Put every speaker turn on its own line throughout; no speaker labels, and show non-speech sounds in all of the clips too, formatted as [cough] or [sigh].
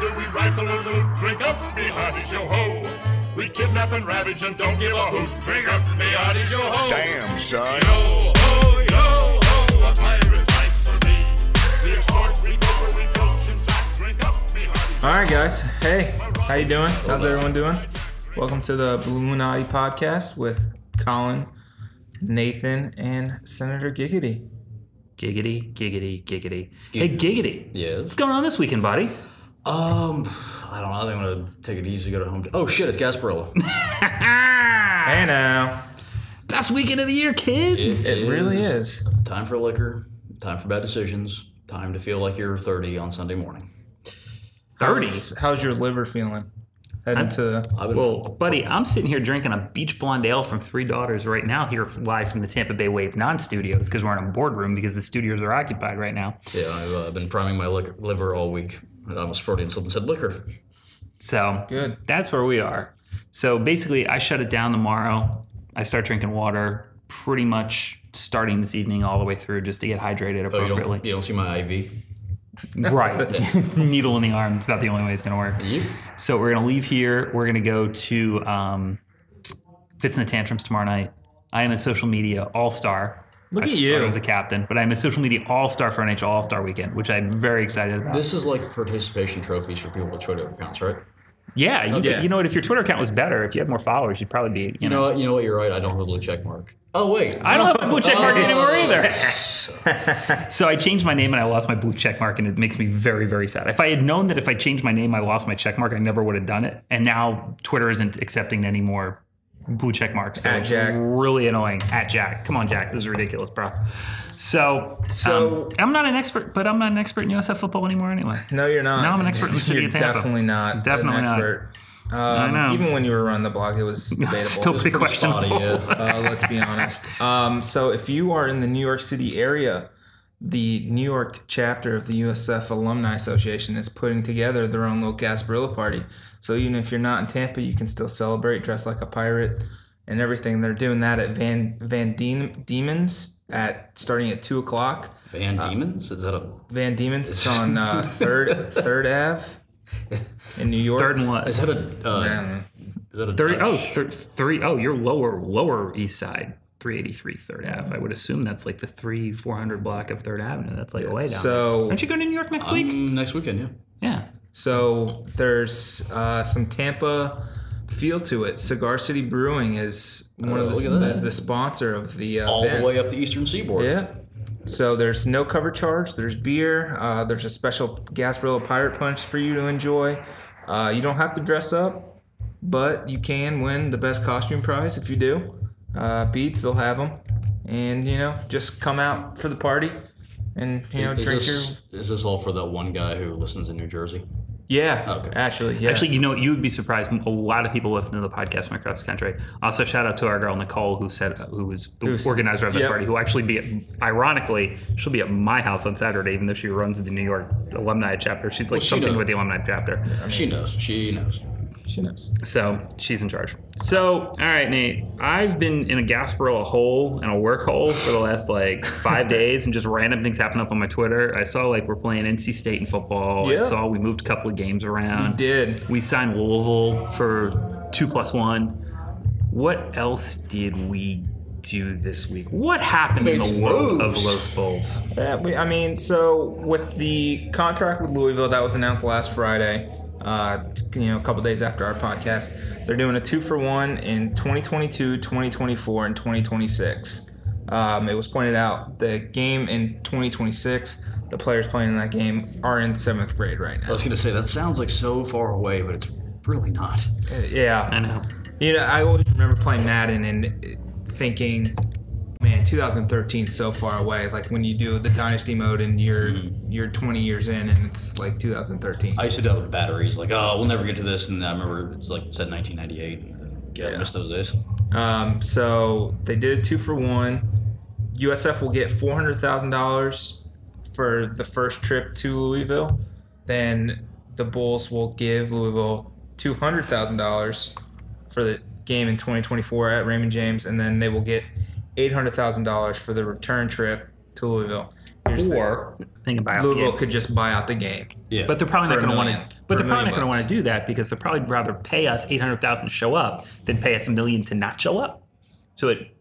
tickle and loot. Drink up, me hearties, yo ho. We kidnap and ravage and don't give a hoot. Drink up, me hearties, yo ho.
Damn, son.
Yo ho, yo ho, a pirate's life for me. We extort, we cover, we coach and sack. Drink up, me hearties.
All right, guys. Hey, how you doing? How's everyone doing? Welcome to the Illuminati podcast with Colin, Nathan, and Senator Giggity.
Giggity, giggity, giggity. Hey, giggity.
Yeah.
What's going on this weekend, buddy?
Um, I don't know. I think I'm gonna take it easy. Go to home. De- oh shit! It's Gasparilla.
Hey now,
Best weekend of the year, kids.
[laughs] it really is.
Time for liquor. Time for bad decisions. Time to feel like you're 30 on Sunday morning.
Thirty.
How's, how's your liver feeling? Heading to
I've been
Whoa, buddy, I'm sitting here drinking a beach blonde ale from Three Daughters right now, here live from the Tampa Bay Wave Non Studios, because we're in a boardroom because the studios are occupied right now.
yeah. I've uh, been priming my liquor, liver all week. I almost Freudian slipped and said liquor.
So
Good.
That's where we are. So basically, I shut it down tomorrow. I start drinking water pretty much starting this evening all the way through just to get hydrated
Oh, you don't.
appropriately.
You don't see my IV.
[laughs] Right. Needle in the arm. It's about the only way it's going to work.
You?
So we're gonna leave here. We're gonna go to um, Fits in the Tantrums tomorrow night. I am a social media all star.
Look
I
at you.
thought I was a captain, but I'm a social media all star for NHL All Star Weekend, which I'm very excited about.
This is like participation trophies for people with Twitter accounts, right?
yeah, you,
Yeah.
Could, you know what? If your Twitter account was better, if you had more followers, you'd probably be. You,
You
know,
know what? You know what? You're right. I don't have a blue check mark. Oh wait.
I don't have a blue check mark
Oh.
anymore
[laughs]
either.
So-
so I changed my name and I lost my blue check mark, and it makes me very, very sad. If I had known that if I changed my name, I lost my check mark, I never would have done it. And now Twitter isn't accepting any more blue check marks. So
At
it's
Jack.
really annoying. At Jack, come on, Jack, this is ridiculous, bro. So,
So-
um, I'm not an expert, but I'm not an expert in USF football anymore, anyway.
No, you're not.
Now I'm an
[laughs]
expert in the city
You're
of Tampa.
definitely not.
Definitely
an
not.
expert. Um,
know.
Even when you were on the block, it was debatable.
[laughs] [laughs] Still pretty
pretty spotty,
questionable.
yeah.
uh, let's be honest. Um, so, if you are in the New York City area, the New York chapter of the USF Alumni Association is putting together their own little Gasparilla party. So, even if you're not in Tampa, you can still celebrate, dress like a pirate, and everything. They're doing that at Van Van Diem- Diemen's at starting at two o'clock.
Van Demons? Is that a?
Van Diemen's is on uh, third Third Ave in New York.
[laughs] Third and what?
Is that a? Uh,
Um,
is that a?
Thirty.
Dutch-
Oh, thir- three. Oh, you're lower, lower East Side. 383 Third Ave. I would assume that's like the three 400 block of Third Avenue. That's like way down. there.
so
Aren't you going to New York next week?
Mm, next weekend, yeah.
yeah.
So there's uh, some Tampa feel to it. Cigar City Brewing is one
Oh,
of
look at
the
that.
is the sponsor of the uh,
all
event.
the way up the eastern seaboard.
Yeah. So there's no cover charge. There's beer. Uh, there's a special Gasparilla Pirate Punch for you to enjoy. Uh, you don't have to dress up, but you can win the best costume prize if you do. Uh, beads, they'll have them, and you know, just come out for the party, and you know,
Is
drink your
this, is this all for that one guy who listens in New Jersey?
yeah.
Okay.
Actually, yeah.
Actually, you know, you would be surprised. A lot of people listen to the podcast from across the country. Also, shout out to our girl Nicole, who said uh, who was the
Who's-
organizer of that
yep.
party. Who actually be, at, ironically, she'll be at my house on Saturday, even though she runs the New York alumni chapter. She's like
she
something
knows.
with the alumni chapter,
she knows. She knows.
she knows.
so she's in charge. So, all right, Nate, I've been in a Gasparilla hole and a work hole for the
[laughs]
last like five days, and just random things happen up on my Twitter. I saw like we're playing NC State in football.
Yeah.
I saw we moved a couple of games around.
You did.
We signed Louisville for two plus one. What else did we do this week? What happened in
Made
the
some
world of
moves.
Los Bowls?
Yeah, we, I mean, so with the contract with Louisville that was announced last Friday, uh, you know, a couple days after our podcast, they're doing a two for one in 2022, 2024, and 2026. Um, it was pointed out the game in 2026, the players playing in that game are in seventh grade right
I
now.
was gonna say that sounds like so far away, but it's really not.
Yeah.
I know.
You know, I always remember playing Madden and thinking, man, 2013 is so far away. Like when you do the dynasty mode and you're you're 20 years in and it's like 2013.
I used to deal with batteries, like oh, we'll never get to this, and I remember it's like said 1998. uh, Yeah, I missed those days.
Um, so they did a two for one. USF will get four hundred thousand dollars for the first trip to Louisville. Then the Bulls will give Louisville two hundred thousand dollars for the game in twenty twenty four at Raymond James, and then they will get eight hundred thousand dollars for the return trip to Louisville. Here's the-
or think about the
Louisville
game.
could just buy out the game.
Yeah.
But they're
For
probably not
a
going to want
million.
to. But
For
they're
a
probably not
million
going to want to
bucks.
do that because they'd probably rather pay us eight hundred thousand to show up than pay us a million to not show up. So it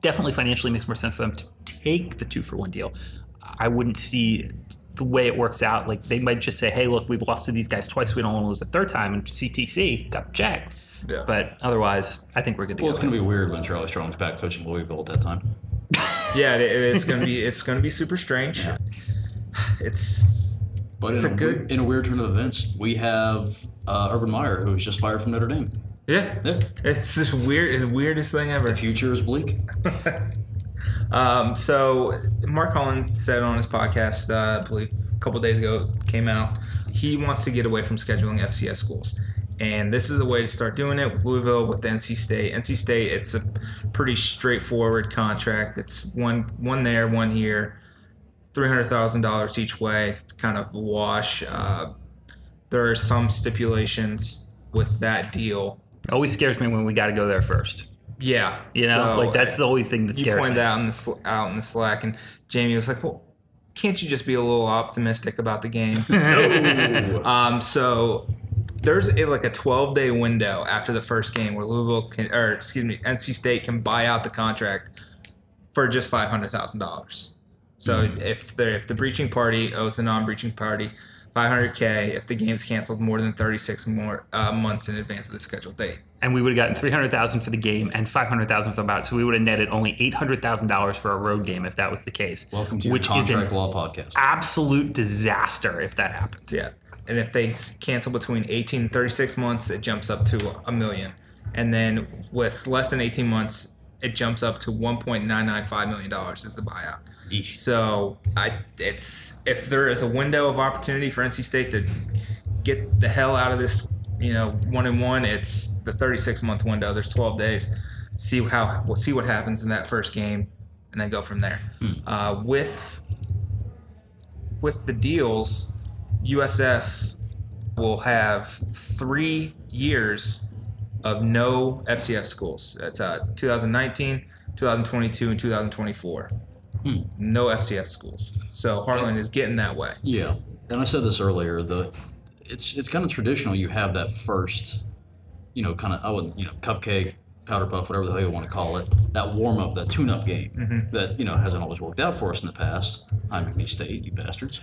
definitely financially makes more sense for them to take the two for one deal. I wouldn't see the way it works out. Like they might just say, "Hey, look, we've lost to these guys twice. We don't want to lose a third time." And CTC got checked.
Yeah.
But otherwise, I think we're good to
well,
go.
it's going to be weird when Charlie Strong's back coaching Louisville at that time.
Yeah, it, it is gonna be [laughs] it's gonna be super strange. [sighs] It's
But
It's
in
a
a,
good-
weird- in a weird turn of events, we have uh, Urban Meyer, who was just fired from Notre Dame.
yeah.
Yeah.
It's this weird, it's the weirdest thing ever.
The future is bleak.
Um, so Mark Collins said on his podcast, uh, I believe a couple days ago, it came out. He wants to get away from scheduling FCS schools, and this is a way to start doing it with Louisville, with NC State. NC State, it's a pretty straightforward contract. It's one one there, one here, three hundred thousand dollars each way, kind of a wash. Uh, there are some stipulations with that deal.
It always scares me when we got to go there first.
Yeah,
You know,
so-
like that's the only thing that
you
scares
pointed
me.
out in the sl- out in the slack, and Jamie was like, "Well, can't you just be a little optimistic about the
[laughs]
game?" [laughs] um, so there's a, like a 12 day window after the first game where Louisville can, or excuse me, NC State can buy out the contract for just five hundred thousand dollars. So
Hmm.
if the if the breaching party owes the non breaching party. 500k if the game's canceled more than 36 more uh, months in advance of the scheduled date.
and we would have gotten 300000 for the game and 500000 for the bout so we would have netted only $800000 for a road game if that was the case
Welcome to
which
your
is
contract
an
law podcast.
absolute disaster if that happened
Yeah. And if they s- cancel between 18 and 36 months, it jumps up to a million. And then with less than 18 months, it jumps up to 1.995 million dollars is the buyout.
Eesh.
So I it's if there is a window of opportunity for NC State to get the hell out of this, you know, one and one, it's the 36 month window. There's 12 days. See how we'll see what happens in that first game, and then go from there. Uh, with with the deals, USF will have three years of no FCF schools. That's uh, 2019, 2022, and 2024. No FCF schools. So Harlan is getting that way.
Yeah, and I said this earlier. The it's it's kind of traditional. You have that first, you know, kind of I would you know cupcake, powder puff, whatever the hell you want to call it. That warm up, that tune up game that you know hasn't always worked out for us in the past. Hi, McNeese State, you bastards.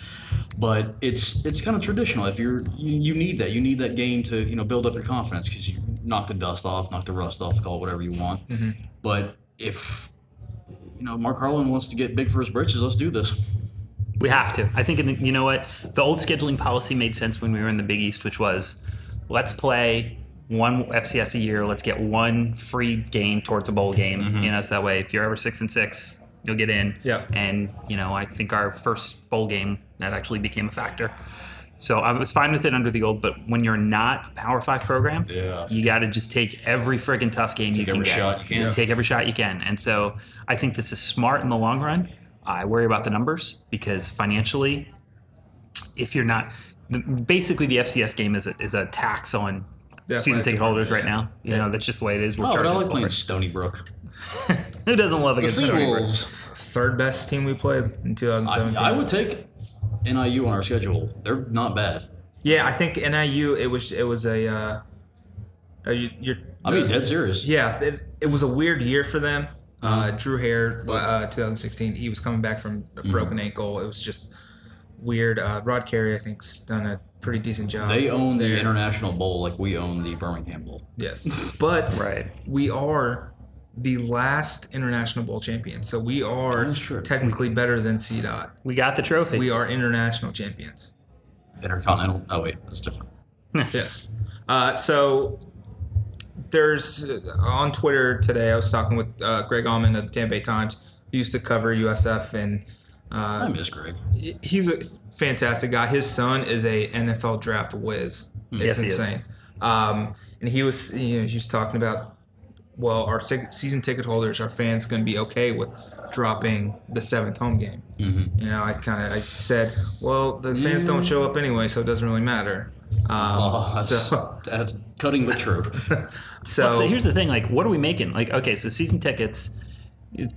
But it's it's kind of traditional. If you're you, you need that, you need that game to you know build up your confidence because you knock the dust off, knock the rust off, call it whatever you want. But if you know Mark Harlan wants to get big for his britches, let's do this.
we have to i think in the, you know what the old scheduling policy made sense when we were in the big east which was let's play one fcs a year let's get one free game towards a bowl game you know so that way if you're ever six and six you'll get in
Yep.
and you know i think our first bowl game that actually became a factor so i was fine with it under the old but when you're not a power five program
Yeah.
you got to just take every friggin' tough game you
Take
can
every
get.
shot you can.
You Take every shot you can. And so I think this is smart in the long run. I worry about the numbers because financially, if you're not, the, basically the FCS game is a, is a tax on
Definitely.
season ticket holders right now. You know that's just the way it is. We're
Oh, but I
charging
like
people
playing
for it.
Stony Brook.
Who doesn't love a good Stony Brook?
Third best team we played in 2017.
I, I would take NIU on our schedule. They're not bad.
yeah, I think NIU. It was it was a. Uh, uh, you, you're,
I mean, dead serious.
Yeah, it, it was a weird year for them.
Mm-hmm.
Uh, Drew Hare, uh, 2016, he was coming back from a broken ankle. It was just weird. Uh, Rod Carey, I think, has done a pretty decent job.
They own the
there.
International Bowl like we own the Birmingham Bowl. [laughs]
Yes, but
Right.
we are the last international bowl champion, so we are
That's true.
technically better than CDOT.
We got the trophy.
We are international champions.
Intercontinental. Oh wait, that's different.
Yes. Uh, so there's uh, on Twitter today. I was talking with uh, Greg Almond of the Tampa Bay Times. He used to cover USF, and
Uh,
I miss Greg.
he's a fantastic guy. His son is a NFL draft whiz. It's
Yes, he is.
insane. Um, and he was, you know, he was talking about, well, our se- season ticket holders, our fans, going to be okay with dropping the seventh home game.
Mm-hmm.
You know, I kind of I said, well, the fans don't show up anyway, so it doesn't really matter. Um,
Oh, that's,
[laughs] so,
that's cutting but true.
so
so here's the thing like what are we making like okay so season tickets it's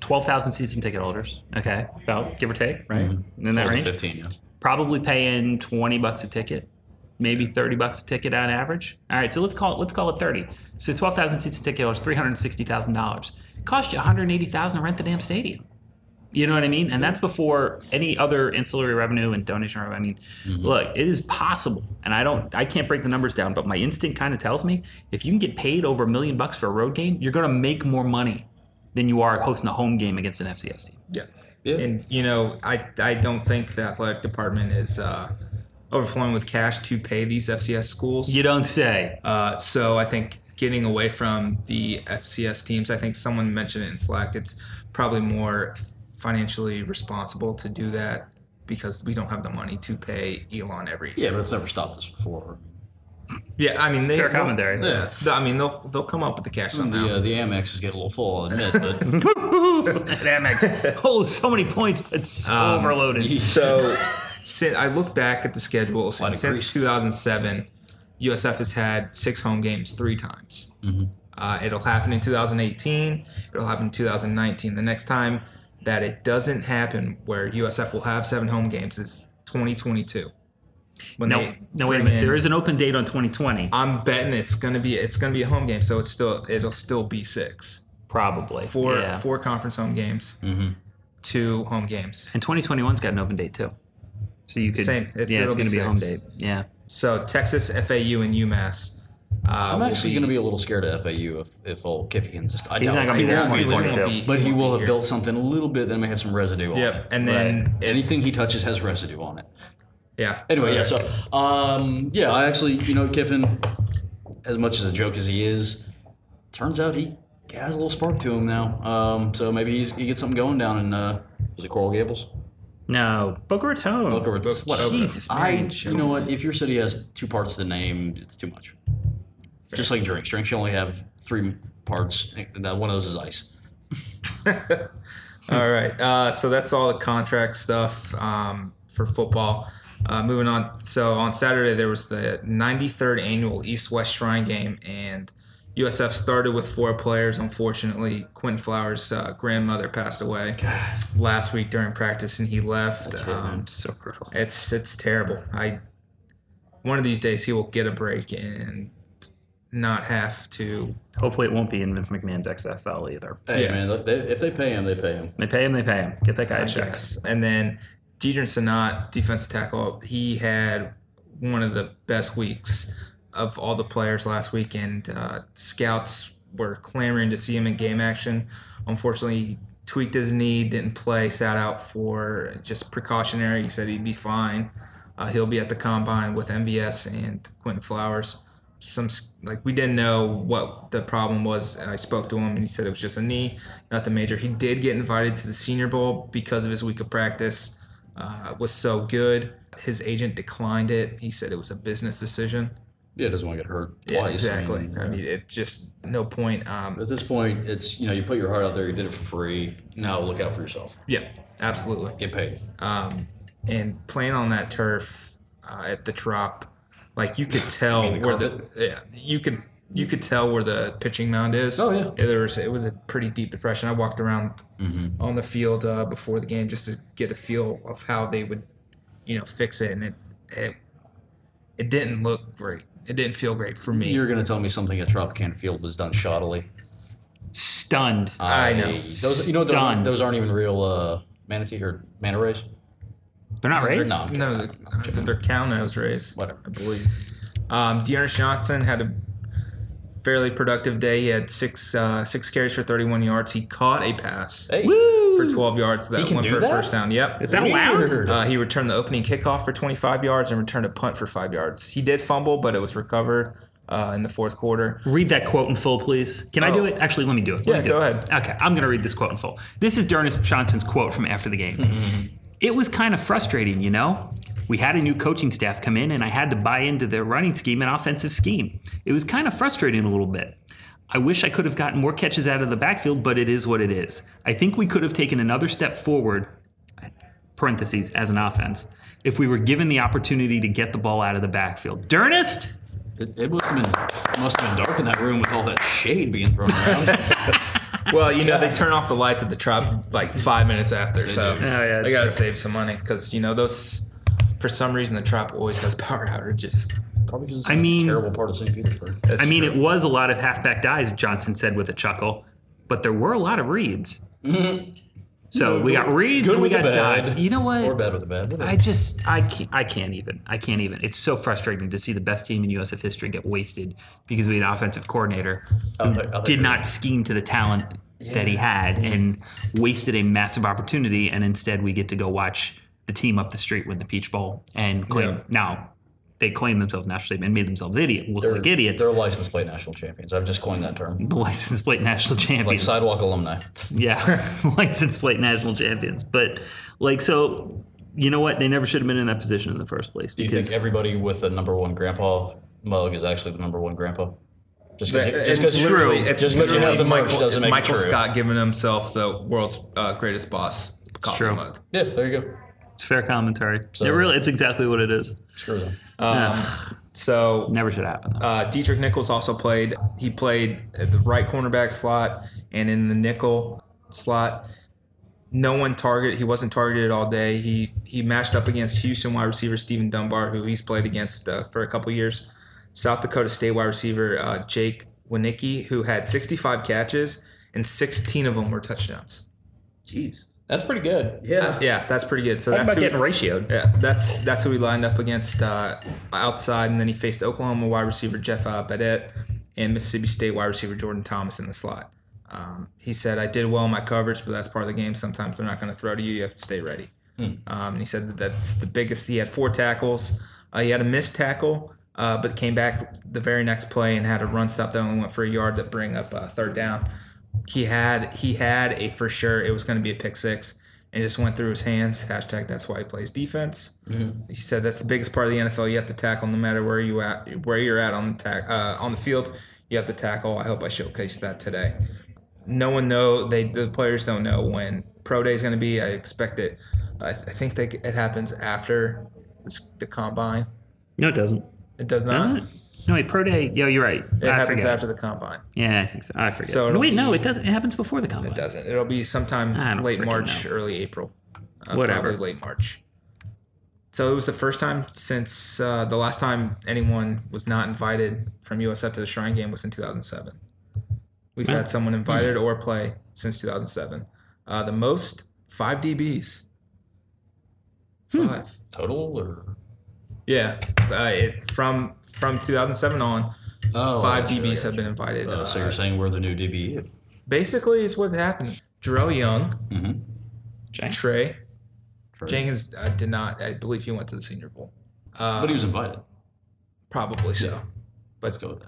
12,000 season ticket holders. Okay. About give or take, right? [laughs] In that
12 Mm-hmm. to
range.
15, yeah.
Probably paying 20 bucks a ticket, maybe 30 bucks a ticket on average. All right. So let's call it, let's call it 30. So 12,000 season ticket holders, $360,000. It costs you 180,000 to rent the damn stadium. You know what I mean? And that's before any other ancillary revenue and donation revenue. I mean, look, it is possible. And I don't I can't break the numbers down, but my instinct kind of tells me if you can get paid over a million bucks for a road game, you're gonna make more money than you are hosting a home game against an FCS team.
Yeah.
Yeah.
And you know, I I don't think the athletic department is uh, overflowing with cash to pay these FCS schools.
You don't say.
Uh, so I think getting away from the FCS teams, I think someone mentioned it in Slack. It's probably more financially responsible to do that because we don't have the money to pay Elon every year.
Yeah, but it's never stopped us before.
Yeah, I mean they
Fair
they'll-
commentary.
Yeah, th- I mean they'll they'll come up with the cash somehow.
The, uh, the Amex is getting a little full, I'll admit,
[laughs]
but
that makes oh so many points, but so overloaded. [laughs]
So, since I look back at the schedule since,
of
since
grease.
2007, USF has had six home games three times.
Mm-hmm.
Uh, it'll happen in 2018. It'll happen in 2019. The next time that it doesn't happen, where USF will have seven home games, is 2022. When
No,
they
no, wait a
bring
minute. There
in-
is an open date on 2020,
I'm betting it's gonna be it's gonna be a home game, so it's still it'll still be six.
probably.
Four
yeah. Mm-hmm.
four conference home games, two home games.
And 2021's got an open date too. So you could
Same. It's-
yeah,
it'll
it's
be
gonna be a home
six.
date. Yeah.
So Texas, FAU, and UMass. Uh,
I'm
will
actually going to be a little scared of FAU if, if old Kiffin's just. I
He's
doubt
not gonna
it.
be there
He won't
in
be
2022.
there, But he
won't
will
be
have
here.
built something a little bit that may have some residue on it.
Yep, and then it-
anything he touches has residue on it.
yeah.
Anyway, yeah. So, um, yeah, I actually, you know, Kiffin, as much as a joke as he is, turns out he has a little spark to him now. Um, so maybe he's, he gets something going down in uh, was it Coral Gables?
No, Boca Raton.
Boca Raton.
Boca Raton.
Jesus, man.
I, you know what? If your city has two parts to the name, it's too much. Just like drinks, drinks you only have three parts. and That one of those is ice.
All right. Uh, so that's all the contract stuff um, for football. Uh, moving on. So on Saturday there was the 93rd annual East West Shrine Game, and USF started with four players. Unfortunately, Quinn Flowers' uh, grandmother passed away last week during practice, and he left. Um,
so brutal.
It's it's terrible. I one of these days he will get a break and not have to.
Hopefully, it won't be in Vince McMahon's XFL either.
Hey
Yes.
man, they, if they pay him, they pay him.
They pay him. They pay him. Get that guy a check.
Yes. And then Deidre Sanat, defensive tackle, he had one of the best weeks of all the players last weekend. Uh, scouts were clamoring to see him in game action. Unfortunately, he tweaked his knee, didn't play, sat out for just precautionary. He said he'd be fine. Uh, he'll be at the combine with MVS and Quentin Flowers. Some s- like we didn't know what the problem was. I spoke to him and he said it was just a knee, nothing major. He did get invited to the Senior Bowl because of his week of practice. Uh, was so good. His agent declined it. He said it was a business decision.
Yeah, doesn't want to get hurt
Yeah,
twice. I
exactly.
mean,
I mean, it just no point. Um,
At this point, it's you know you put your heart out there, you did it for free. Now look out for yourself.
yeah, absolutely.
Get paid.
um, and playing on that turf uh, at the drop, like you could
[laughs]
tell
mean the
where the yeah you could you could tell where the pitching mound is.
Oh, yeah. Mm-hmm.
there was it was a pretty deep depression. I walked around on the field uh, before the game just to get a feel of how they would you know fix it, and it it, it didn't look great. It didn't feel great for me.
You're gonna tell me something at Tropicana Field was done shoddily.
Stunned.
Uh,
I know.
Those, you know those,
Stunned.
aren't- those aren't even real uh, manatee or manta rays.
They're not
They're
raised.
not.
no, the, they're cow nose rays.
Whatever.
I believe. Um, Dearness Johnson had a fairly productive day. He had six uh, six carries for 31 yards. He caught a pass
Hey,
Woo!
for 12 yards. That
can
went
do
for a
that?
first down. Yep.
Is that allowed?
Uh, he returned the opening kickoff for 25 yards and returned a punt for five yards. He did fumble, but it was recovered uh, in the fourth quarter.
Read that quote in full, please. Can I do
Oh.
it? Actually, let me do it. Let
Yeah,
me do
go
it.
ahead.
Okay, I'm going to read this quote in full. This is Dernis Johnson's quote from after the
Mm-hmm.
game. it was kind of frustrating, you know? We had a new coaching staff come in, and I had to buy into their running scheme and offensive scheme. It was kind of frustrating a little bit. I wish I could have gotten more catches out of the backfield, but it is what it is. I think we could have taken another step forward parentheses as an offense if we were given the opportunity to get the ball out of the backfield. Dernest,
it, it must have been must have been dark in that room with all that shade being thrown around.
Well, you know, they turn off the lights at the trap like five minutes after, so
do.
yeah, it's
they gotta save some money because you know those. For some reason, the trap always has power outages.
Probably because it's
I
in a
mean-
terrible part of St. Petersburg.
That's
I mean,
true.
it was a lot of halfback dives, Johnson said with a chuckle, but there were a lot of reads. So we got reads
Mm-hmm. good
and we
with
got
the bad.
dives. You know what?
Or bad with the bad. whatever.
I just I can't I can't even I can't even. It's so frustrating to see the best team in USF history get wasted because we had an offensive coordinator
I'll
who
take- I'll take
did not scheme to the talent that he had and wasted a massive opportunity. And instead, we get to go watch the team up the street win the Peach Bowl and claim
Yeah.
now they claim themselves national champion and made themselves idiot look like idiots.
They're licensed plate national champions. I've just coined that term.
The [laughs] license plate national
Like
champions.
sidewalk alumni.
Yeah, [laughs] license plate national champions. But like, so you know what? They never should have been in that position in the first place.
Do you
because
think everybody with a number one grandpa mug is actually the number one grandpa? Just because
That-
just 'cause
uh, it's
you-
literally,
just
it's
'cause you
literally
have the merch
Michael,
doesn't make it
Michael
true.
Scott giving himself the world's uh, greatest boss coffee
true.
mug.
Yeah, there you go.
it's fair commentary?
So-
it really, it's exactly what it is.
Screw them.
Um, So
Never should happen. Though.
Uh, Dietrich Nichols also played. He played at the right cornerback slot and in the nickel slot. No one targeted. He wasn't targeted all day. He he matched up against Houston wide receiver Stephen Dunbar, who he's played against uh, for a couple years. South Dakota State wide receiver uh, Jake Winicki, who had 65 catches and 16 of them were touchdowns.
Jeez. That's pretty good. Yeah.
Yeah, that's pretty good. So that's who-
ratioed.
yeah, that's that's who he lined up against uh, outside, and then he faced Oklahoma wide receiver Jeff uh, Badette and Mississippi State wide receiver Jordan Thomas in the slot. Um, he said, "I did well in my coverage, but that's part of the game. Sometimes they're not going to throw to you. You have to stay ready." Um, and he said that that's the biggest. He had four tackles. Uh, he had a missed tackle, uh, but came back the very next play and had a run stop that only went for a yard that bring up uh, third down. He had he had a for sure it was going to be a pick six and just went through his hands. Hashtag that's why he plays defense. He said that's the biggest part of the NFL. You have to tackle no matter where you at where you're at on the tack uh, on the field. You have to tackle. I hope I showcased that today no one know they the players don't know when pro day is going to be i expect it i, I think they, it happens after s- the combine
No, it doesn't.
it does not
Doesn't it? No, wait. Pro day. Yo, you're right.
it
I
happens
forget.
after the combine
Yeah, I think so. I forget.
So
no,
it'll
wait, no,
be-
it doesn't. It happens before the combine.
it doesn't it'll be
I
sometime
don't
late
freaking
march
know.
early april uh,
Whatever.
probably late march so it was the first time since uh, the last time anyone was not invited from usf to the shrine game was in 2007 we've
Oh,
had someone
hmm.
invited or play since 2007 uh, the most five dbs
Hmm.
five
Total or
Yeah, uh, it, from from 2007 on,
oh,
five
gotcha,
DBs
gotcha.
have been invited.
Oh,
Uh,
so you're saying we're the new DBU?
basically, it's what happened. Jarrell Young,
Mm-hmm.
Trey Jenkins uh, did not. I believe he went to the Senior Bowl. Uh,
But he was invited.
probably so.
Let's go with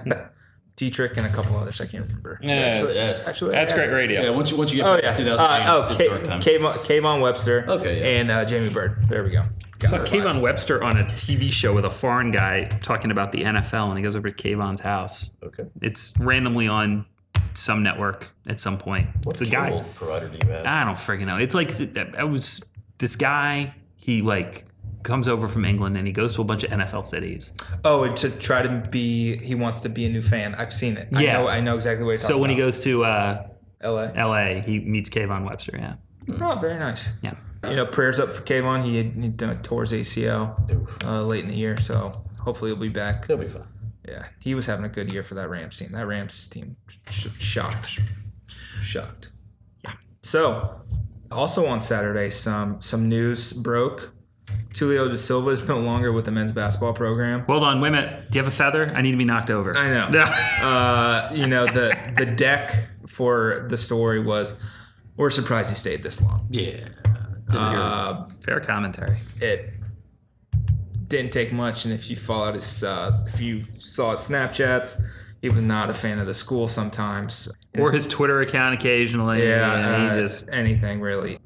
that.
Dietrich and a couple others. I can't remember. Actually- actually,
that's
yeah.
great
Yeah.
radio.
once you once you get
Oh
past
yeah.
2000,
Uh, oh,
it's
K-
dark time.
Kayvon, Kayvon Webster.
Okay, yeah.
And uh, Jamie Bird. There we go. Got
Saw
it.
Kayvon Webster on a TV show with a foreign guy talking about the NFL, and he goes over to Kayvon's house.
okay.
It's randomly on some network at some point.
What
it's a guy.
cable provider do you have?
I don't freaking know. It's like I was this guy. He like comes over from England and he goes to a bunch of NFL cities.
Oh, and to try to be, he wants to be a new fan. I've seen it.
Yeah.
I know, I know exactly what he's
So
talking
when he
about.
goes to uh,
LA.
L.A., he meets Kayvon Webster. Yeah,
Oh, very nice.
yeah.
You know, prayers up for Kayvon. He had he done towards ACL uh, late in the year, so hopefully he'll be back.
It'll be fine.
Yeah, he was having a good year for that Rams team. That Rams team sh- shocked, shocked. So, also on Saturday, some some news broke. Tulio da Silva is [laughs] no longer with the men's basketball program.
Hold on, wait a minute. Do you have a feather? I need to be knocked over.
I know. uh, you know the the deck for the story was we're surprised he stayed this long.
Yeah.
Uh,
[laughs] Fair commentary.
it didn't take much. And if you followed his, uh, if you saw his Snapchats, he was not a fan of the school sometimes.
Or his Twitter account occasionally.
yeah,
and he
uh,
just
anything really.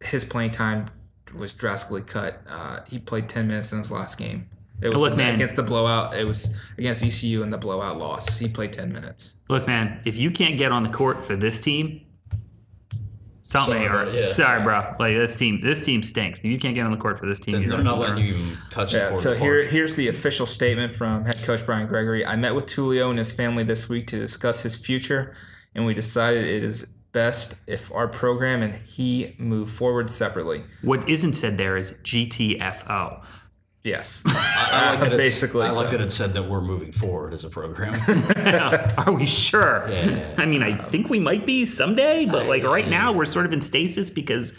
His playing time was drastically cut. Uh, he played ten minutes in his last game. It was
Look, man.
against the blowout. It was against ECU in the blowout loss. He played ten minutes.
Look, man, if you can't get on the court for this team, something
Sorry,
or
bro. Yeah.
sorry, bro. Like this team, this team stinks. If you can't get on the court for this team,
They're
you're
not letting you even touch the
Yeah,
court.
so
of
here,
law.
here's the official statement from head coach Brian Gregory. I met with Tulio and his family this week to discuss his future and we decided it is best if our program and he move forward separately.
What isn't said there is GTFO.
Yes.
I like that it's-
Basically,
I like
so.
that it said that we're moving forward as a [laughs] program.
[laughs] Are we sure?
Yeah. Uh,
I mean, I think we might be someday, but like right now, we're sort of in stasis because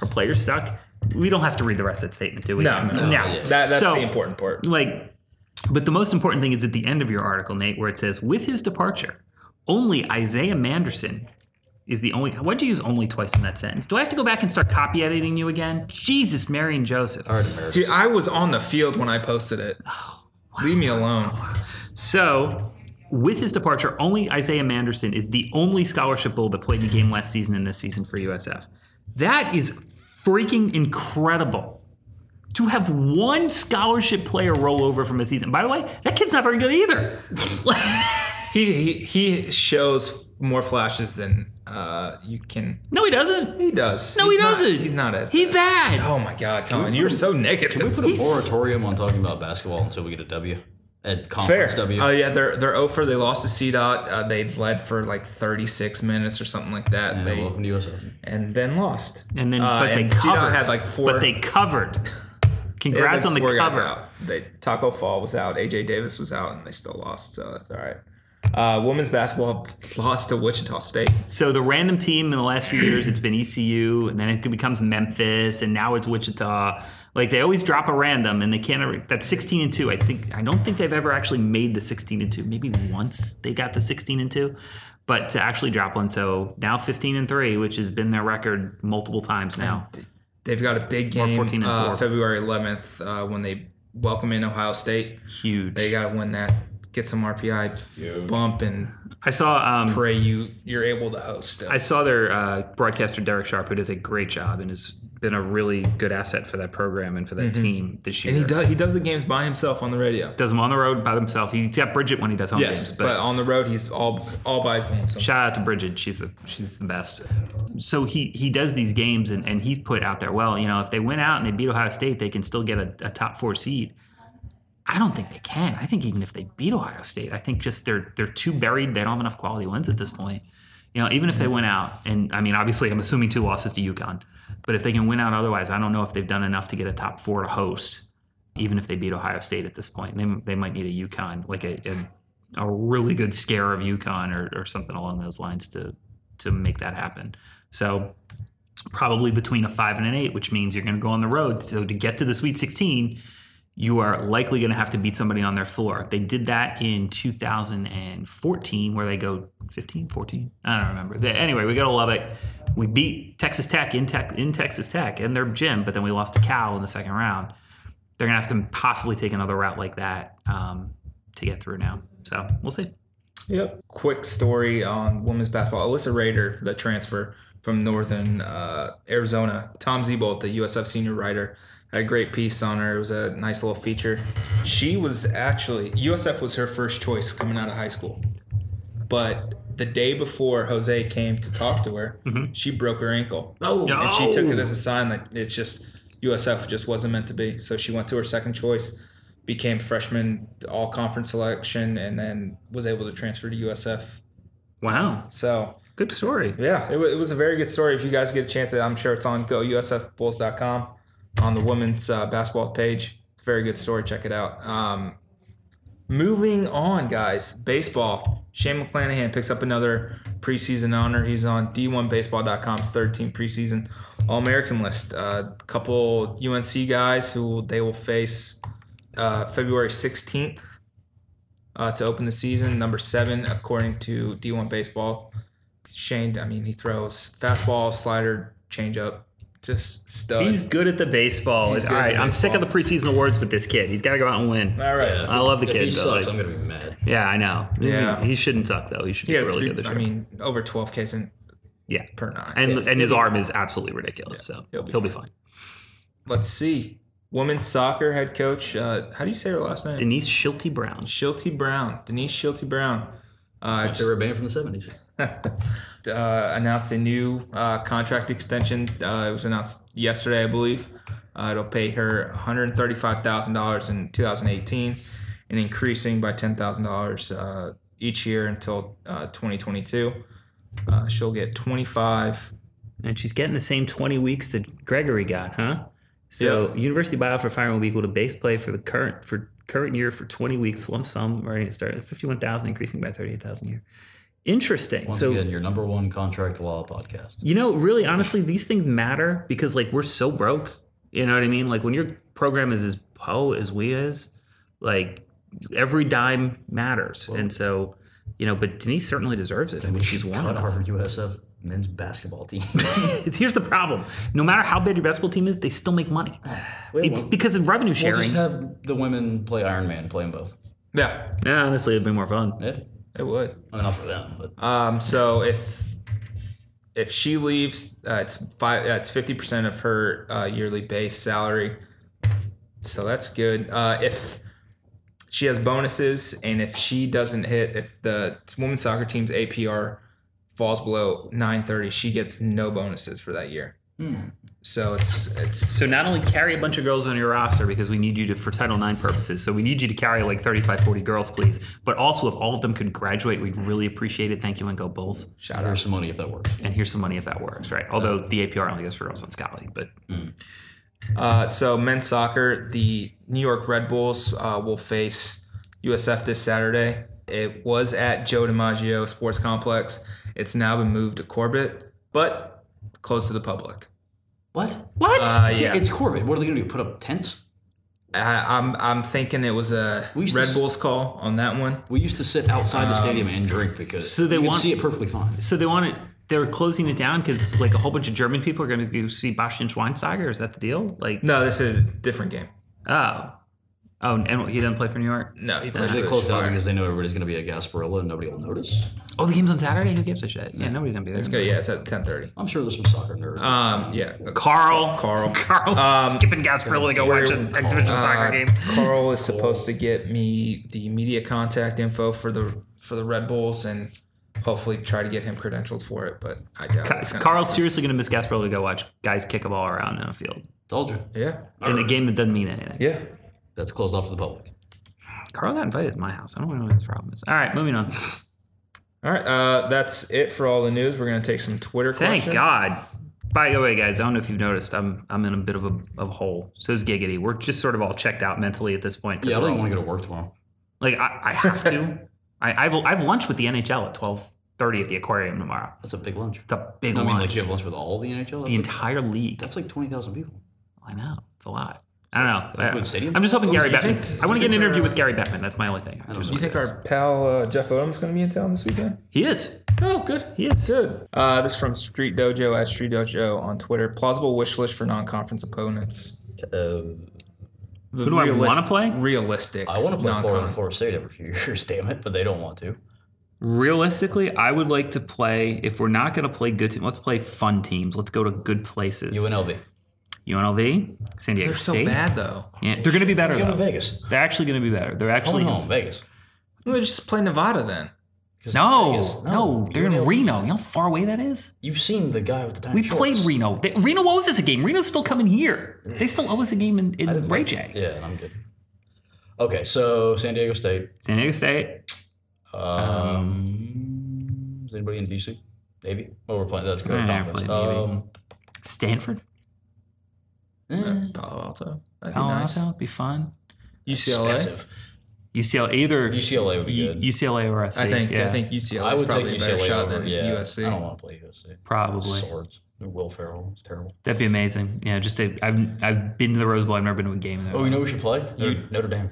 our players suck. We don't have to read the rest of that statement, do we?
No, no, no. That, that's
So-
the important part.
like but the most important thing is at the end of your article nate where it says with his departure only isaiah manderson is the only why'd you use only twice in that sentence do i have to go back and start copy editing you again jesus mary and joseph
All right, America.
Dude, I was on the field when I posted it.
Oh,
Leave me alone.
so with his departure only isaiah manderson is the only scholarship bull that played the game last season and this season for usf that is freaking incredible to have one scholarship player roll over from a season by the way that kid's not very good either [laughs]
He, he, he shows more flashes than uh, you can.
no he doesn't
He does.
No, he
He's not-
doesn't.
he's not as.
He's bad.
Oh my God, Colin, you're so negative.
Can we put a moratorium on talking about basketball until we get a W at conference W?
Oh yeah, they're they're over. They lost to C dot. Uh, they led for like 36 minutes or something like that.
And
they
welcome to USF.
and then lost.
And then,
Uh,
but they
and C-Dot
covered.
had like four.
But they covered.
they had, like,
Congrats on the
four guys
cover.
Out. They, Taco Fall was out. AJ Davis was out, and they still lost. So that's all right. Uh, women's basketball lost to Wichita State.
So the random team in the last few years, it's been ECU, and then it becomes Memphis, and now it's Wichita. Like they always drop a random, and they can't. Ever, that's sixteen and two. I think I don't think they've ever actually made the sixteen and two. Maybe once they got the sixteen and two, but to actually drop one, so now fifteen and three, which has been their record multiple times now.
They've got a big game
14 and
uh,
four.
February 11th uh, when they welcome in Ohio State.
Huge.
They got to win that, get some RPI bump, and
I saw um,
pray you you're able to host. Still.
I saw their uh, broadcaster Derek Sharp, who does a great job and has been a really good asset for that program and for that team this year.
Mm-hmm. and he does he does the games by himself on the radio.
does them on the road by himself. He's got Bridget when he does home
Yes,
games,
but, on the road he's all all by his lonesome.
shout out to Bridget. She's the she's the best. So he he does these games and and he's put out there. Well, you know, if they win out and they beat Ohio State, they can still get a, a top four seed. I don't think they can. I think even if they beat Ohio State, I think just they're they're too buried. They don't have enough quality wins at this point. You know, even if they win out, and I mean, obviously, I'm assuming two losses to UConn, but if they can win out otherwise, I don't know if they've done enough to get a top four to host. Even if they beat Ohio State at this point, they, they might need a UConn, like a, a a really good scare of Yukon or, or something along those lines to to make that happen. So probably between a five and an eight, which means you're going to go on the road. So to get to the Sweet 16, you are likely going to have to beat somebody on their floor. They did that in 2014, where they go 15, 14. I don't remember. They- anyway, we go to Lubbock. We beat Texas Tech in, Tex in Texas Tech in their gym, but then we lost to Cal in the second round they're gonna have to possibly take another route like that um, to get through now. So we'll see.
Yep. Quick story on women's basketball. Alyssa Rader, the transfer from Northern uh, Arizona. Tom Zebolt, the USF senior writer, had a great piece on her. It was a nice little feature. She was actually USF was her first choice coming out of high school, but the day before Jose came to talk to her, she broke her ankle.
Oh,
No.
And she took it as a sign that it's just USF just wasn't meant to be. So she went to her second choice, became freshman all conference selection, and then was able to transfer to USF.
Wow,
So
good story.
yeah, it, wa- it was a very good story. If you guys get a chance, I'm sure it's on gousfbulls.com on the women's uh, basketball page. It's a very good story. Check it out. Um, moving on, guys. Baseball. Shane McClanahan picks up another preseason honor. He's on D1Baseball.com's third team preseason All American list. A couple UNC guys who they will face uh, February 16th uh, to open the season. Number seven, according to D1 Baseball. Shane, I mean, he throws fastball, slider, changeup, just stuff.
He's good at the baseball.
He's
All
good at
right,
the
I'm sick of the
baseball.
preseason awards with this kid. He's got to go out and win.
all right.
Yeah, if
I love the
if
kid,
He
but,
sucks.
like-
I'm gonna be mad.
Yeah, I know. He's-
Yeah.
he shouldn't suck though. He should
He
be
had
really
three-
good this year.
I mean, over 12 Ks in,
yeah,
per nine.
and and his arm is absolutely ridiculous. so he'll
he'll
be,
be
fine.
let's see. Women's soccer head coach. Uh, how do you say her last name?
Denise Schulte Brown.
Shilty Brown. Denise Shilty Brown. Uh,
They
just
were banned from the 70s.
uh, announced a new uh, contract extension. Uh, it was announced yesterday, I believe. Uh, it'll pay her $135,000 in 2018 and increasing by $10,000 uh, each year until uh, 2022. Uh, she'll get 25.
And she's getting the same 20 weeks that Gregory got, huh? So University Bio for Fireman Week with a base play for the current for current year for 20 weeks, lump sum, already started at 51,000, increasing by 38,000 a year. Interesting.
Once
so
again, your number one contract law podcast.
You know, really, honestly, these things matter because like we're so broke. You know what I mean? Like when your program is as po as we is, like every dime matters. and so, you know, but Denise certainly deserves it. I mean, she's one.
Cut
of them. [laughs]
Harvard USF men's basketball [laughs] team.
It's, here's the problem: no matter how big your basketball team is, they still make money. It's
won't.
because of revenue
we'll
sharing.
just have the women play Iron Man, play them both.
Yeah,
yeah, honestly, it'd be more fun.
Yeah,
it would.
I mean, not for them, but
Um, so if if she leaves, uh, it's five. Uh, it's fifty percent of her uh, yearly base salary. So that's good. Uh, if she has bonuses, and if she doesn't hit, if the women's soccer team's APR falls below nine thirty, she gets no bonuses for that year. So it's it's
So not only carry a bunch of girls on your roster because we need you to for Title IX purposes. So we need you to carry like 35, 40 girls, please. But also, if all of them could graduate, we'd really appreciate it. Thank you and go Bulls.
shout out.
there's some money if that works.
And here's some money if that works, right? Although the APR only goes for girls on Scotty, but
Uh, so men's soccer, the New York Red Bulls uh, will face USF this Saturday. It was at Joe DiMaggio Sports Complex. It's now been moved to Corbett, but closed to the public.
What?
what?
Uh, yeah,
It's Corbett. What are they going to do? Put up tents?
I, I'm I'm thinking it was a
We used to
Red
s-
Bulls call on that one.
We used to sit outside the stadium and drink because
Um, So they
you could
want-
see it perfectly fine.
so they want it. They're closing it down because like a whole bunch of German people are going to go see Bastian Schweinsteiger. Is that the deal? Like,
No, this is a different game.
oh, oh, and he doesn't play for New York.
No, he played for
They
the
closed it out
Fire.
because they know everybody's going to be at Gasparilla and nobody will notice.
Oh, the game's on Saturday. Who gives a shit? Yeah, nobody's going to be there.
It's good. Yeah, it's at 10:30.
I'm sure there's some soccer nerds.
Um, yeah,
Carl,
Carl.
[laughs]
Carl's
Um,
skipping Gasparilla to go watch an exhibition
Uh,
soccer game.
Carl is supposed to get me the media contact info for the for the Red Bulls and hopefully try to get him credentialed for it. But I doubt it's gonna-
Carl's seriously going to miss Gasparilla to go watch guys kick a ball around in a field
Told you.
Yeah,
in a game that doesn't mean anything.
yeah.
That's closed off to the public.
Carl got invited to my house. I don't know what his problem is. All right, moving on.
All right, uh, that's it for all the news. We're gonna take some Twitter.
Thank
questions.
God. By the way, guys, I don't know if you've noticed, I'm I'm in a bit of a, of a hole. So is Giggity. We're just sort of all checked out mentally at this point. 'cause
Yeah, I
we're
don't
all-
even want to go to work tomorrow.
like I, I have
[laughs]
to. I, I've I've lunch with the NHL at twelve thirty at the aquarium tomorrow.
That's a big lunch.
It's a big
I mean,
lunch.
like you have lunch with all the NHL. That's,
the
like,
entire league.
that's like twenty thousand people.
I know it's a lot. I don't know.
Like, what, stadium?
I'm just hoping
Oh,
Gary
do you
Bettman.
think-
I
do you
want to get an
think we're-
interview with Gary Bettman. That's my only thing. I just-
You think our pal uh, Jeff Odom's gonna be in town this weekend?
He is.
Oh, good.
He is.
Good. Uh, this is from Street Dojo at Street Dojo on Twitter. Plausible wish list for non-conference opponents.
Um,
Who do I want to play?
Realistic.
I want to play Florida
non-con.
and Florida State every few [laughs] years, damn it, but they don't want to.
Realistically, I would like to play. If we're not going to play good teams, let's play fun teams. Let's go to good places.
UNLV.
UNLV, San Diego
They're so
State.
bad though.
Yeah, they're going to be better.
Go to
Though.
Vegas.
They're actually going to be better. They're
Home
actually
and home, Vegas.
Well, just play Nevada then.
'Cause
No,
Vegas-
no, they're in
UNLV.
Reno. You know how far away that is?
You've seen the guy with the tiny
We
shorts.
played Reno. They, Reno owes us a game. Reno's still coming here. They still owe us a game in, in Ray J.
Yeah, I'm good. Okay, so San Diego State.
San Diego State.
Um, is anybody in DC? Navy? Oh, we're playing. That's good.
Yeah, we're
conference.
playing Navy.
Um,
Stanford.
eh,
Mm. Palo Alto. That'd be
Palo
nice.
Alto. It'd be fun.
UCLA.
expensive.
UCLA either
UCLA would be
U-
good.
UCLA or SC.
I think
yeah,
I think UCLA
I
is
would take
probably a better
UCLA
shot
over.
than
yeah, I don't
USC.
want to play USC.
probably.
Swords. Will Ferrell. It's terrible.
That'd be amazing. Yeah, just a, I've I've been to the Rose Bowl. I've never been to a game there.
Oh,
[laughs]
you know who we should play? You, Notre Dame.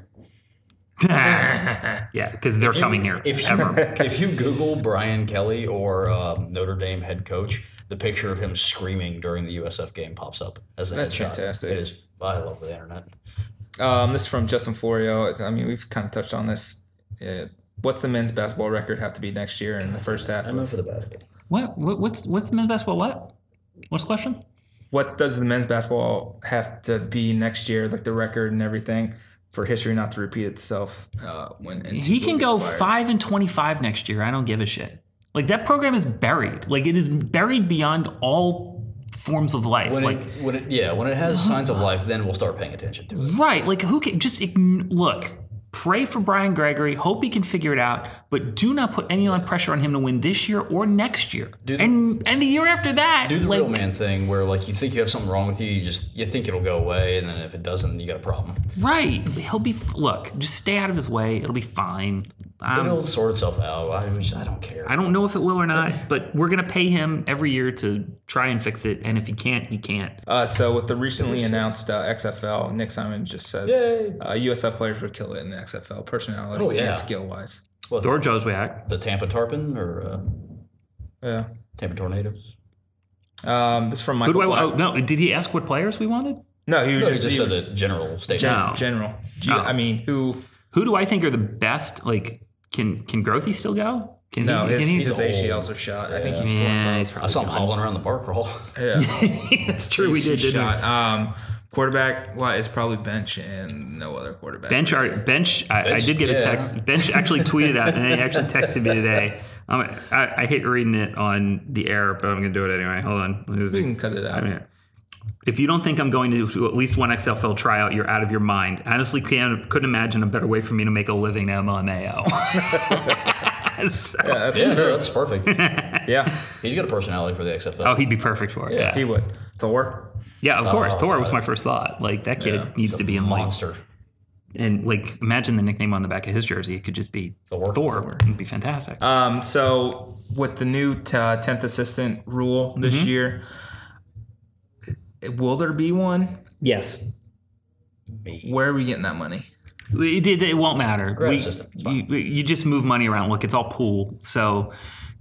yeah, because they're coming here.
If
[laughs]
you, [laughs]
ever.
if you Google Brian Kelly or um, Notre Dame head coach, the picture of him screaming during the USF game pops up as a
That's
headshot.
fantastic.
It is. I love the internet.
Um, this is from Justin Florio. I mean, we've kind of touched on this. Uh, what's the men's basketball record have to be next year in the first half?
I'm
Of,
up for the basketball.
what, what what's what's men's basketball? What? What's the question?
what does the men's basketball have to be next year, like the record and everything, for history not to repeat itself? Uh, when and
He can go five and twenty-five next year. I don't give a shit. Like that program is buried. Like it is buried beyond all forms of life.
When
like
it, when it, yeah, when it has signs of life, then we'll start paying attention to it.
Right. Like, who can just ign- look? Pray for Brian Gregory. Hope he can figure it out, but do not put any line pressure on him to win this year or next year,
the-
and and the year after that.
Do the
like,
real man thing where like you think you have something wrong with you, you just you think it'll go away, and then if it doesn't, you got a problem.
Right. He'll be look. Just stay out of his way. It'll be fine. Um,
it'll sort itself out. I, mean, I don't care.
I don't know if it will or not, but we're gonna pay him every year to try and fix it. And if he can't, he can't.
Uh, so with the recently announced uh, XFL, Nick Simon just says
Yay.
uh, USF players would kill it in the XFL, personality
Oh, yeah.
and skill wise.
Thor Joswiak.
the Tampa Tarpon or uh,
Yeah.
Tampa Tornadoes.
Um, this is from
Who
Michael.
do I?
Black.
Oh no! Did he ask what players we wanted?
no, he was
No,
just,
just,
he
said
was
the general statement.
Gen- Oh.
general. G-
Oh.
I mean, who?
Who do I think are the best? Like, can can Grothy still go? Can
No,
he?
his,
can he?
his
old.
ACLs are shot. I think he's
yeah, he's
I
probably.
saw him hobbling around the bar crawl. [laughs]
yeah,
That's [laughs] true. We did,
he's
didn't we?
shot. Um, quarterback. Well, it's probably bench and no other quarterback.
Bench, our, bench, I, I
Bench,
did get a
yeah.
text. Bench actually tweeted out, and he actually texted me today. Um, I, I hate reading it on the air, but I'm going to do it anyway. Hold on. Let me
We
see.
can cut it out.
I mean, if you don't think I'm going to do at least one XFL tryout, you're out of your mind. Honestly, can't, couldn't imagine a better way for me to make a living at MLMAO.
[laughs]
[laughs] So-
that's
yeah, no, that's perfect.
yeah,
[laughs] He's got a personality for the XFL.
Oh, he'd be perfect for it. Yeah,
he would. Thor.
yeah of course.
Oh,
Thor was my first thought. Like that kid needs to be in like,
monster.
and like imagine the nickname on the back of his jersey. It could just be
Thor. Uh,
Thor. It'd be fantastic.
Um, so with the new t- uh, tenth assistant rule this
Mm-hmm.
year, will there be one?
yes,
Where are we getting that money?
It, it, it won't matter. We-
assistant, it's
You, you just move money around. Look, it's all pool. So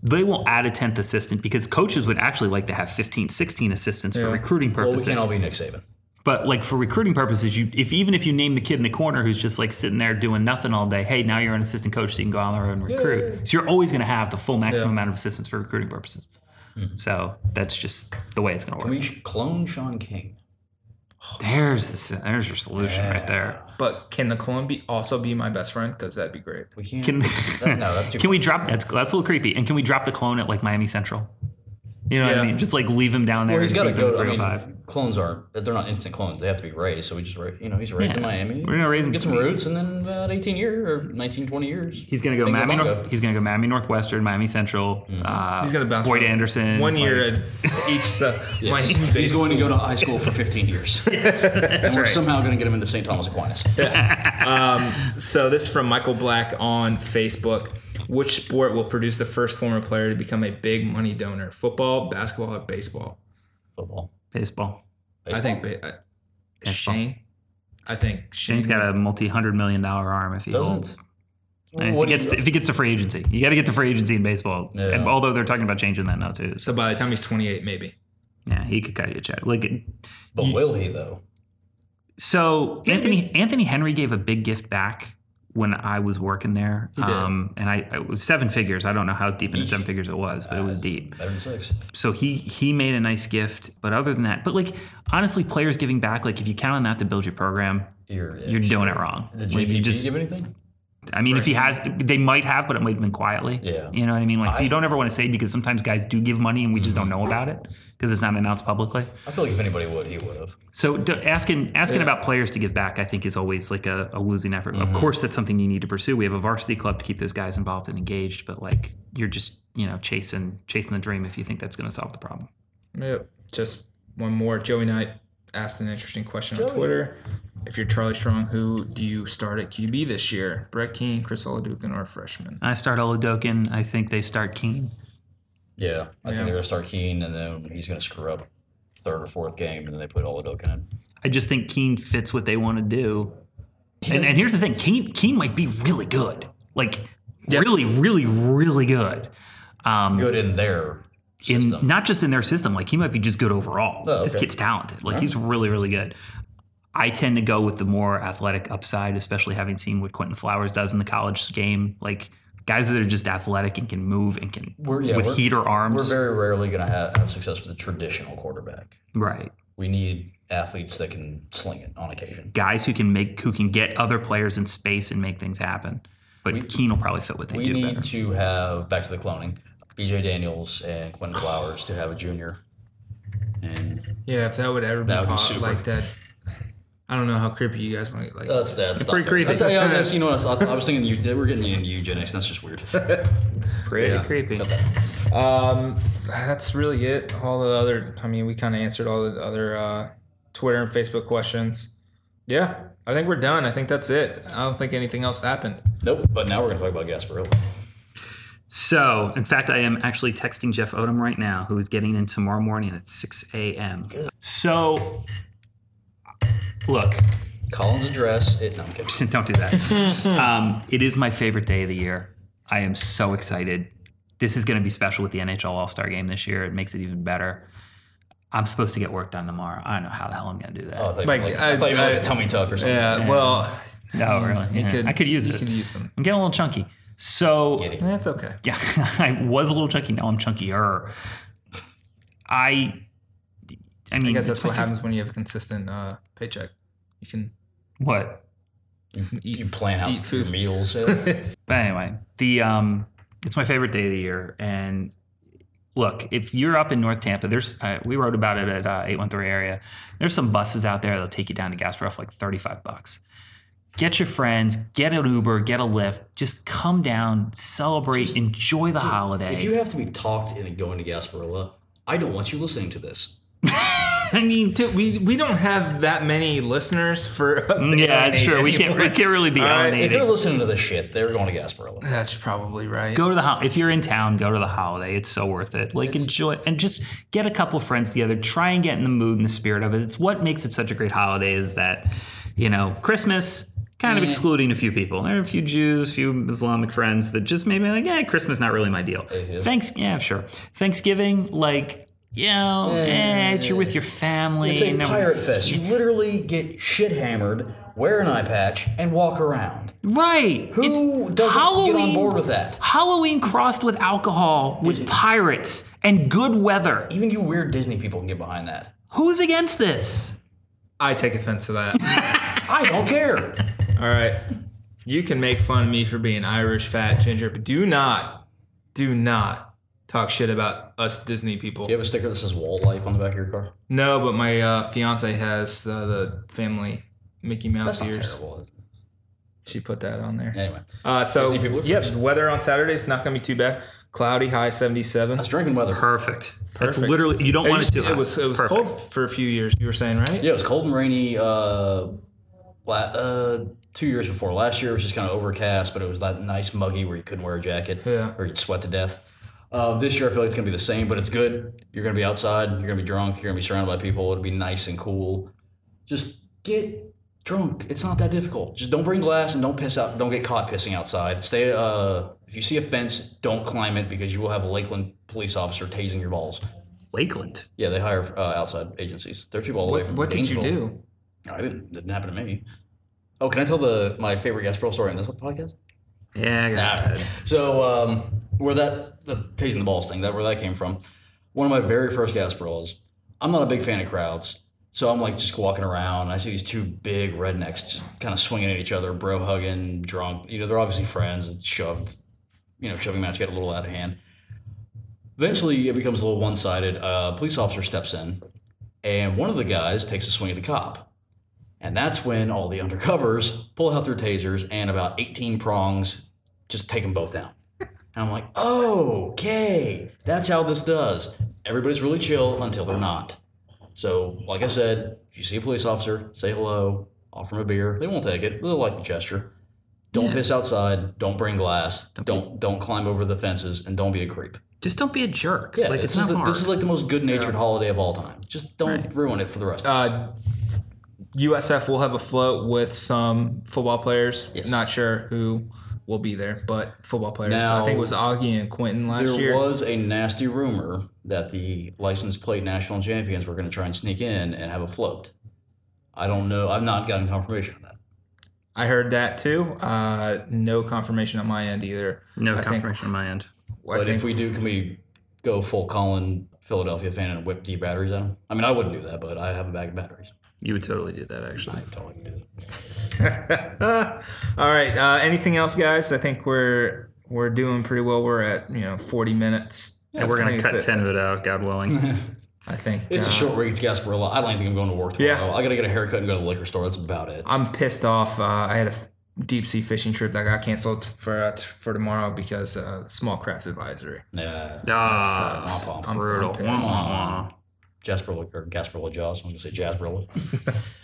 they will add a 10th assistant because coaches would actually like to have 15, 16 assistants for recruiting
Well, we
purposes.
can't all be Nick Saban.
but like for recruiting purposes, you if even if you name the kid in the corner who's just like sitting there doing nothing all day, hey, now you're an assistant coach, so you can go out on the road and recruit. So you're always going to have the full maximum amount of assistants for recruiting purposes.
Mm-hmm.
So that's just the way it's going to work.
We should clone Sean King.
There's the, there's your solution right there.
But can the clone be also be my best friend? Because that'd be great.
We can't.
Can [laughs]
that, no, [laughs] that's too.
Can we drop that's that's a little creepy? And can we drop the clone at like Miami Central? You know
Yeah.
what I mean? Just like leave him down there.
Well, he's got to
and beat him
go. I
305.
mean, clones aren't. They're not instant clones. They have to be raised. So we just, ra- you know, he's raised in
Yeah.
Miami.
We're gonna raise him
Get some roots, and then about 18 year or 19, 20 years.
he's gonna go
Think Mm-hmm.
Miami.
about
Nor-
it.
he's gonna go Miami Northwestern, Miami Central. Uh,
He's gonna bounce
Boyd
around.
Anderson.
One
like-
year at each. Uh, my
[laughs] He's going to go to high school for
[laughs]
15 years. yes, and we're somehow going to get him into St. Thomas Aquinas.
So this is from Michael Black on Facebook. Which sport will produce the first former player to become a big money donor? Football, basketball, or baseball?
[laughs] Football.
baseball.
I think ba- I,
Baseball.
Shane. I think Shane's
Shane's got a multi-hundred million dollar arm if he
Doesn't-
holds.
Well,
And if
what
he
do you-
gets to, if he gets to free agency, you got to get to free agency in baseball.
Yeah.
And although they're talking about changing that now too. So
So by the time he's 28, maybe.
yeah, he could cut you a check. Like
but will he though?
So Anthony Anthony Henry gave a big gift back when I was working there.
did.
Um, and I it was seven figures. I don't know how deep into seven figures it was, but it
Uh,
was deep.
Better than six.
So he he made a nice gift, but other than that, but like honestly, players giving back, like if you count on that to build your program,
You're,
you're doing it wrong.
Did
Like, you
JPP
just-
give anything?
I mean, if he has, they might have, but it might have been quietly.
Yeah.
You know what I mean? Like, so
I- Mm-hmm.
you don't ever want to say because sometimes guys do give money and we just don't know about it because it's not announced publicly.
I feel like if anybody would, he would have.
So d- asking asking about players to give back, I think, is always like a, a losing effort. Of course, that's something you need to pursue. We have a varsity club to keep those guys involved and engaged, but like you're just you know chasing chasing the dream if you think that's going to solve the problem.
Yep. Just one more. Joey Knight asked an interesting question on Twitter. If you're Charlie Strong, who do you start at QB this year? Brett Keane, Chris Oladukin, or a freshman?
I start Oladokun. I think they start Keen.
Yeah, I think
Yeah.
they're going to start Keen, and then he's going to screw up third or fourth game, and then they put Oladokun in.
I just think Keen fits what they want to do. And, and here's the thing: Keen Keen might be really good, like really, really, really good. Um,
Good in their
in
system.
not just in their system. Like he might be just good overall.
Oh,
This
okay.
kid's talented. Like he's really, really good. I tend to go with the more athletic upside, especially having seen what Quentin Flowers does in the college game. Like guys that are just athletic and can move and can
We're- yeah,
with
we're-
heat or
We're
arms.
very rarely going to have, have success with a traditional quarterback.
right.
We need athletes that can sling it on occasion.
Guys who can make who can get other players in space and make things happen. But Keen will probably fit what they
We
do
need
better.
to have back to the cloning. BJ Daniels and Quentin Flowers to have a junior, and
Yeah, if that would ever be
That would be
pos-
super.
like that. I don't know how creepy you guys want to like.
That's that's
pretty
not fair.
creepy.
That's, yeah, I was, just- you know, I was, I was thinking you, they we're getting into eugenics. That's just weird.
Pretty
Yeah.
[laughs] creepy.
Cut that.
Um, that's really it. All the other, I mean, we kind of answered all the other uh, Twitter and Facebook questions. Yeah, I think we're done. I think that's it. I don't think anything else happened.
Nope. But now we're gonna talk about Gasparilla.
So, in fact, I am actually texting Jeff Odom right now, who is getting in tomorrow morning at 6 a.m. So, look, [laughs]
Collins address. It. No, I'm kidding.
don't do
[laughs]
that. um, it is my favorite day of the year. I am so excited. This is going to be special with the NHL All Star game this year. It makes it even better. I'm supposed to get work done tomorrow. I don't know how the hell I'm going to do that.
Oh, I thought you
Like,
meant like,
I-
I, thought you meant like
I-
a tummy tuck or something.
Yeah, well,
no, Oh, really?
you
Yeah.
could,
I could use
you
it.
could use them.
I'm getting a little chunky. So,
Get it.
That's okay.
yeah, [laughs] I was a little chunky. Now I'm chunkier. I, I mean,
I guess
it's
that's
my
what
fav-
happens when you have a consistent uh, paycheck. You can
What?
eat.
You plan out
Eat food.
your meals. [laughs] eh?
But anyway, the um, it's my favorite day of the year. And look, if you're up in North Tampa, there's uh, we wrote about it at uh, 813 area. There's some buses out there that'll take you down to Gasparilla for like 35 bucks. Get your friends, get an Uber, get a Lyft. Just come down, celebrate, enjoy the holiday.
if you have to be talked into going to Gasparilla, I don't want you listening to this.
I mean,
Dude, we, we don't have that many listeners for us. to
[laughs] yeah, it's
alienate
true. We can't
anymore.
we can't really be
All right, if
If
alienated.
they're listening to this shit, they're going to Gasparilla.
That's probably right.
go to the hol- if you're in town go to the holiday it's so worth it like enjoy and just get a couple friends together try and get in the mood and the spirit of it it's what makes it such a great holiday is that you know christmas kind
Mm-hmm.
of excluding a few people there are a few jews a few islamic friends that just maybe like yeah christmas not really my deal
Mm-hmm.
thanks yeah sure thanksgiving like you know, eh, it's you're with your family.
It's a
no
pirate
one's-
fest. You literally get shit hammered, wear an eye patch, and walk around.
Right.
Who
it's
doesn't
Halloween,
get on board with that?
Halloween crossed with alcohol, with pirates, and good weather.
Even you weird Disney people can get behind that.
Who's against this?
I take offense to that. [laughs]
I don't care.
All right. You can make fun of me for being Irish, fat, ginger, but do not, do not talk shit about us Disney people.
[laughs] You have a sticker that says "Wall Life" on the back of your car.
No, but my uh, fiance has uh, the family Mickey Mouse
That's not
ears.
terrible.
She put that on there.
Anyway,
Uh, so,
Disney people are
yeah, weather on Saturday is not going to be too bad. Cloudy, high 77.
that's drinking weather.
Perfect. That's
Perfect.
literally you don't want
just-
it to.
it was, it was
perfect.
cold for a few years, you were saying, right?
Yeah, it was cold and rainy. Uh, la- uh, two years before last year, it was just kind of overcast, but it was that nice muggy where you couldn't wear a jacket
Yeah.
or you'd sweat to death. Uh, this year, I feel like it's gonna be the same, but it's good. You're gonna be outside. You're gonna be drunk. You're gonna be surrounded by people. It'll be nice and cool. Just get drunk. It's not that difficult. Just don't bring glass and don't piss out. Don't get caught pissing outside. Stay. Uh, if you see a fence, don't climb it because you will have a Lakeland police officer tasing your balls.
Lakeland.
Yeah, they hire uh, outside agencies. There's people all the way
What,
from
what did you
Gainesville.
do?
No, it didn't, didn't happen to me. Oh, can I tell the my favorite Gasparilla story on this podcast?
Yeah, I got it.
So um, where that the tasing the balls thing that where that came from? One of my very first Gasparillas. I'm not a big fan of crowds, so I'm like just walking around. And I see these two big rednecks just kind of swinging at each other, bro hugging, drunk. You know, they're obviously friends. It's shoved, you know, shoving match got a little out of hand. Eventually, it becomes a little one sided. A police officer steps in, and one of the guys takes a swing at the cop. And that's when all the undercovers pull out their tasers and about 18 prongs just take them both down. And I'm like, oh, okay, that's how this does. Everybody's really chill until they're not. So, like I said, if you see a police officer, say hello, offer them a beer. They won't take it. They'll like the gesture. Don't piss outside. Don't bring glass. Don't don't climb over the fences, and don't be a creep.
Just don't be a jerk.
Yeah,
like
this
it's
is
not
the-
hard.
this is like the most good-natured holiday of all time. Just don't ruin it for the rest. of us.
Uh, USF will have a float with some football players.
Yes.
Not sure who will be there, but football players. I
Now-
think it was Augie and Quentin last
There
year.
was a nasty rumor that the licensed plate national champions were going to try and sneak in and have a float. I don't know. I've not gotten confirmation of that.
I heard that too. Uh, no confirmation on my end either.
no
I
confirmation on my end.
Think, I
But
think
if we do, can we go full Colin Philadelphia fan and whip D batteries at them? I mean, I wouldn't do that, but I have a bag of batteries.
You would totally do that, actually.
I totally can do that.
[laughs] All right. Uh, anything else, guys? I think we're we're doing pretty well. We're at you know forty minutes.
and we're
I
gonna
think
cut
it's it.
ten of it out, God willing.
I think
It's a
uh,
short week. It's Gasparilla. I don't think I'm going to work tomorrow.
Yeah.
I gotta get a haircut and go to the liquor store. That's about it.
I'm pissed off. Uh, I had a deep sea fishing trip that got canceled for uh, t- for tomorrow because uh, small craft advisory.
Nah.
[laughs] Ah,
sucks.
womp
uh, I'm-
womp.
brutal.
I'm
Wah,
pissed.
wah, wah.
Jasperilla or Gasparilla Jaws. I'm gonna say Jasperilla.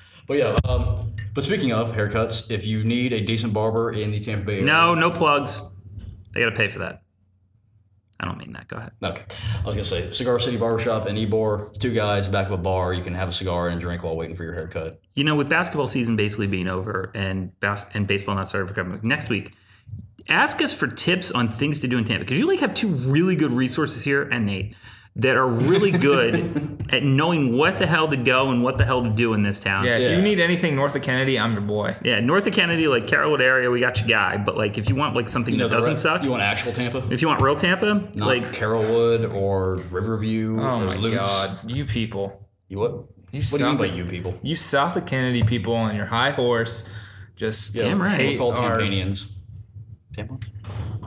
[laughs]
but yeah. Um, but speaking of haircuts, if you need a decent barber in the Tampa Bay area,
No, no plugs. They got to pay for that. I don't mean that. Go ahead.
Okay. I was going to say Cigar City Barbershop and Ebor. It's two guys back of a bar. You can have a cigar and drink while waiting for your haircut.
You know, with basketball season basically being over and bas- and baseball not started for coming next week, ask us for tips on things to do in Tampa because you like have two really good resources here and Nate that are
[laughs]
really good at knowing what the hell to go and what the hell to do in this town.
Yeah, if
Yeah.
you need anything north of Kennedy, I'm your boy.
Yeah, north of Kennedy, like Carrollwood area, we got your guy. But like, if you want like something
You know,
that
the
doesn't
re-
suck,
You want actual Tampa?
if you want real Tampa,
Not
like
like Carrollwood or Riverview.
Oh
or
my
Lutz.
god, you people,
You what?
You
what do you mean
sound
by
like-
you people?
you south of Kennedy people on your high horse, just
Damn right.
We're
hate
called
our-
Tampanians. Tampa?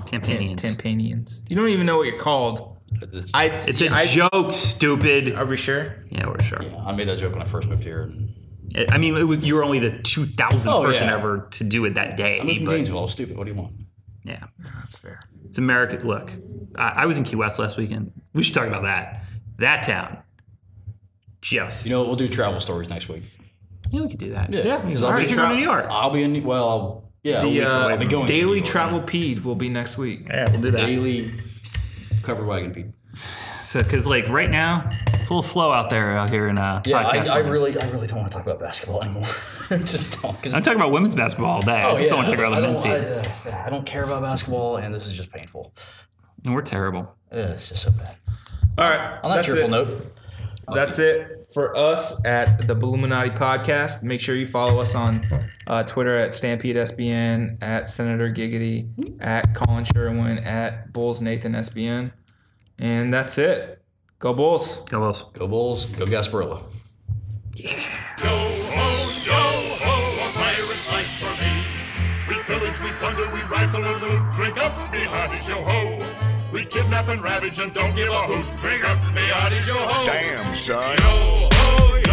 Tampanians.
Tampanians. You don't even know what you're called.
It's-
I.
it's a
I-
joke, stupid.
Are we sure?
Yeah, we're sure.
yeah, I made that joke when I first moved here. And,
I mean, it was you were only the two thousandth
Oh,
person
yeah.
ever to do it that
I moved
day.
from
But
Gainesville. I was stupid. What do you want?
yeah,
That's fair.
it's America. Look, I, I was in Key West last weekend. We should talk about that. That town. Just
You know, we'll do travel stories next week.
yeah, we could do that.
Yeah. Uh, Because
all
I'll,
right,
be
If you're
Tra-
in New York,
I'll be in, New- well, I'll, yeah, a week
The
from- I'll be
uh,
going to New
daily
York.
travel peed will be next week.
yeah, we'll do that.
Daily covered wagon people.
So, because like right now, it's a little slow out there out here in uh,
Yeah,
podcast.
I, I
land.
really, I really don't want to talk about basketball anymore. [laughs] just don't. Cause
I'm talking about women's basketball all
Oh,
day. I just don't want to talk about the men's team.
I, uh, I don't care about basketball, and this is just painful.
And we're terrible.
Ugh, it's just so bad.
All right,
On that
that's
cheerful
it.
note,
That's it for us at the Balluminati Podcast. Make sure you follow us on uh, Twitter at Stampede SBN, at Senator Giggity, at Colin Sherwin, at Bulls Nathan SBN. And that's it. Go Bulls.
Go Bulls.
go Bulls, go Gasparilla.
Yo ho, yo ho, a pirate's life for me. We pillage, we plunder, we rifle and loot. Drink up, me hearties, yo ho. We kidnap and ravage and don't give a hoot. Drink up, me hearties, yo ho.
Damn, son.
Yo ho, yo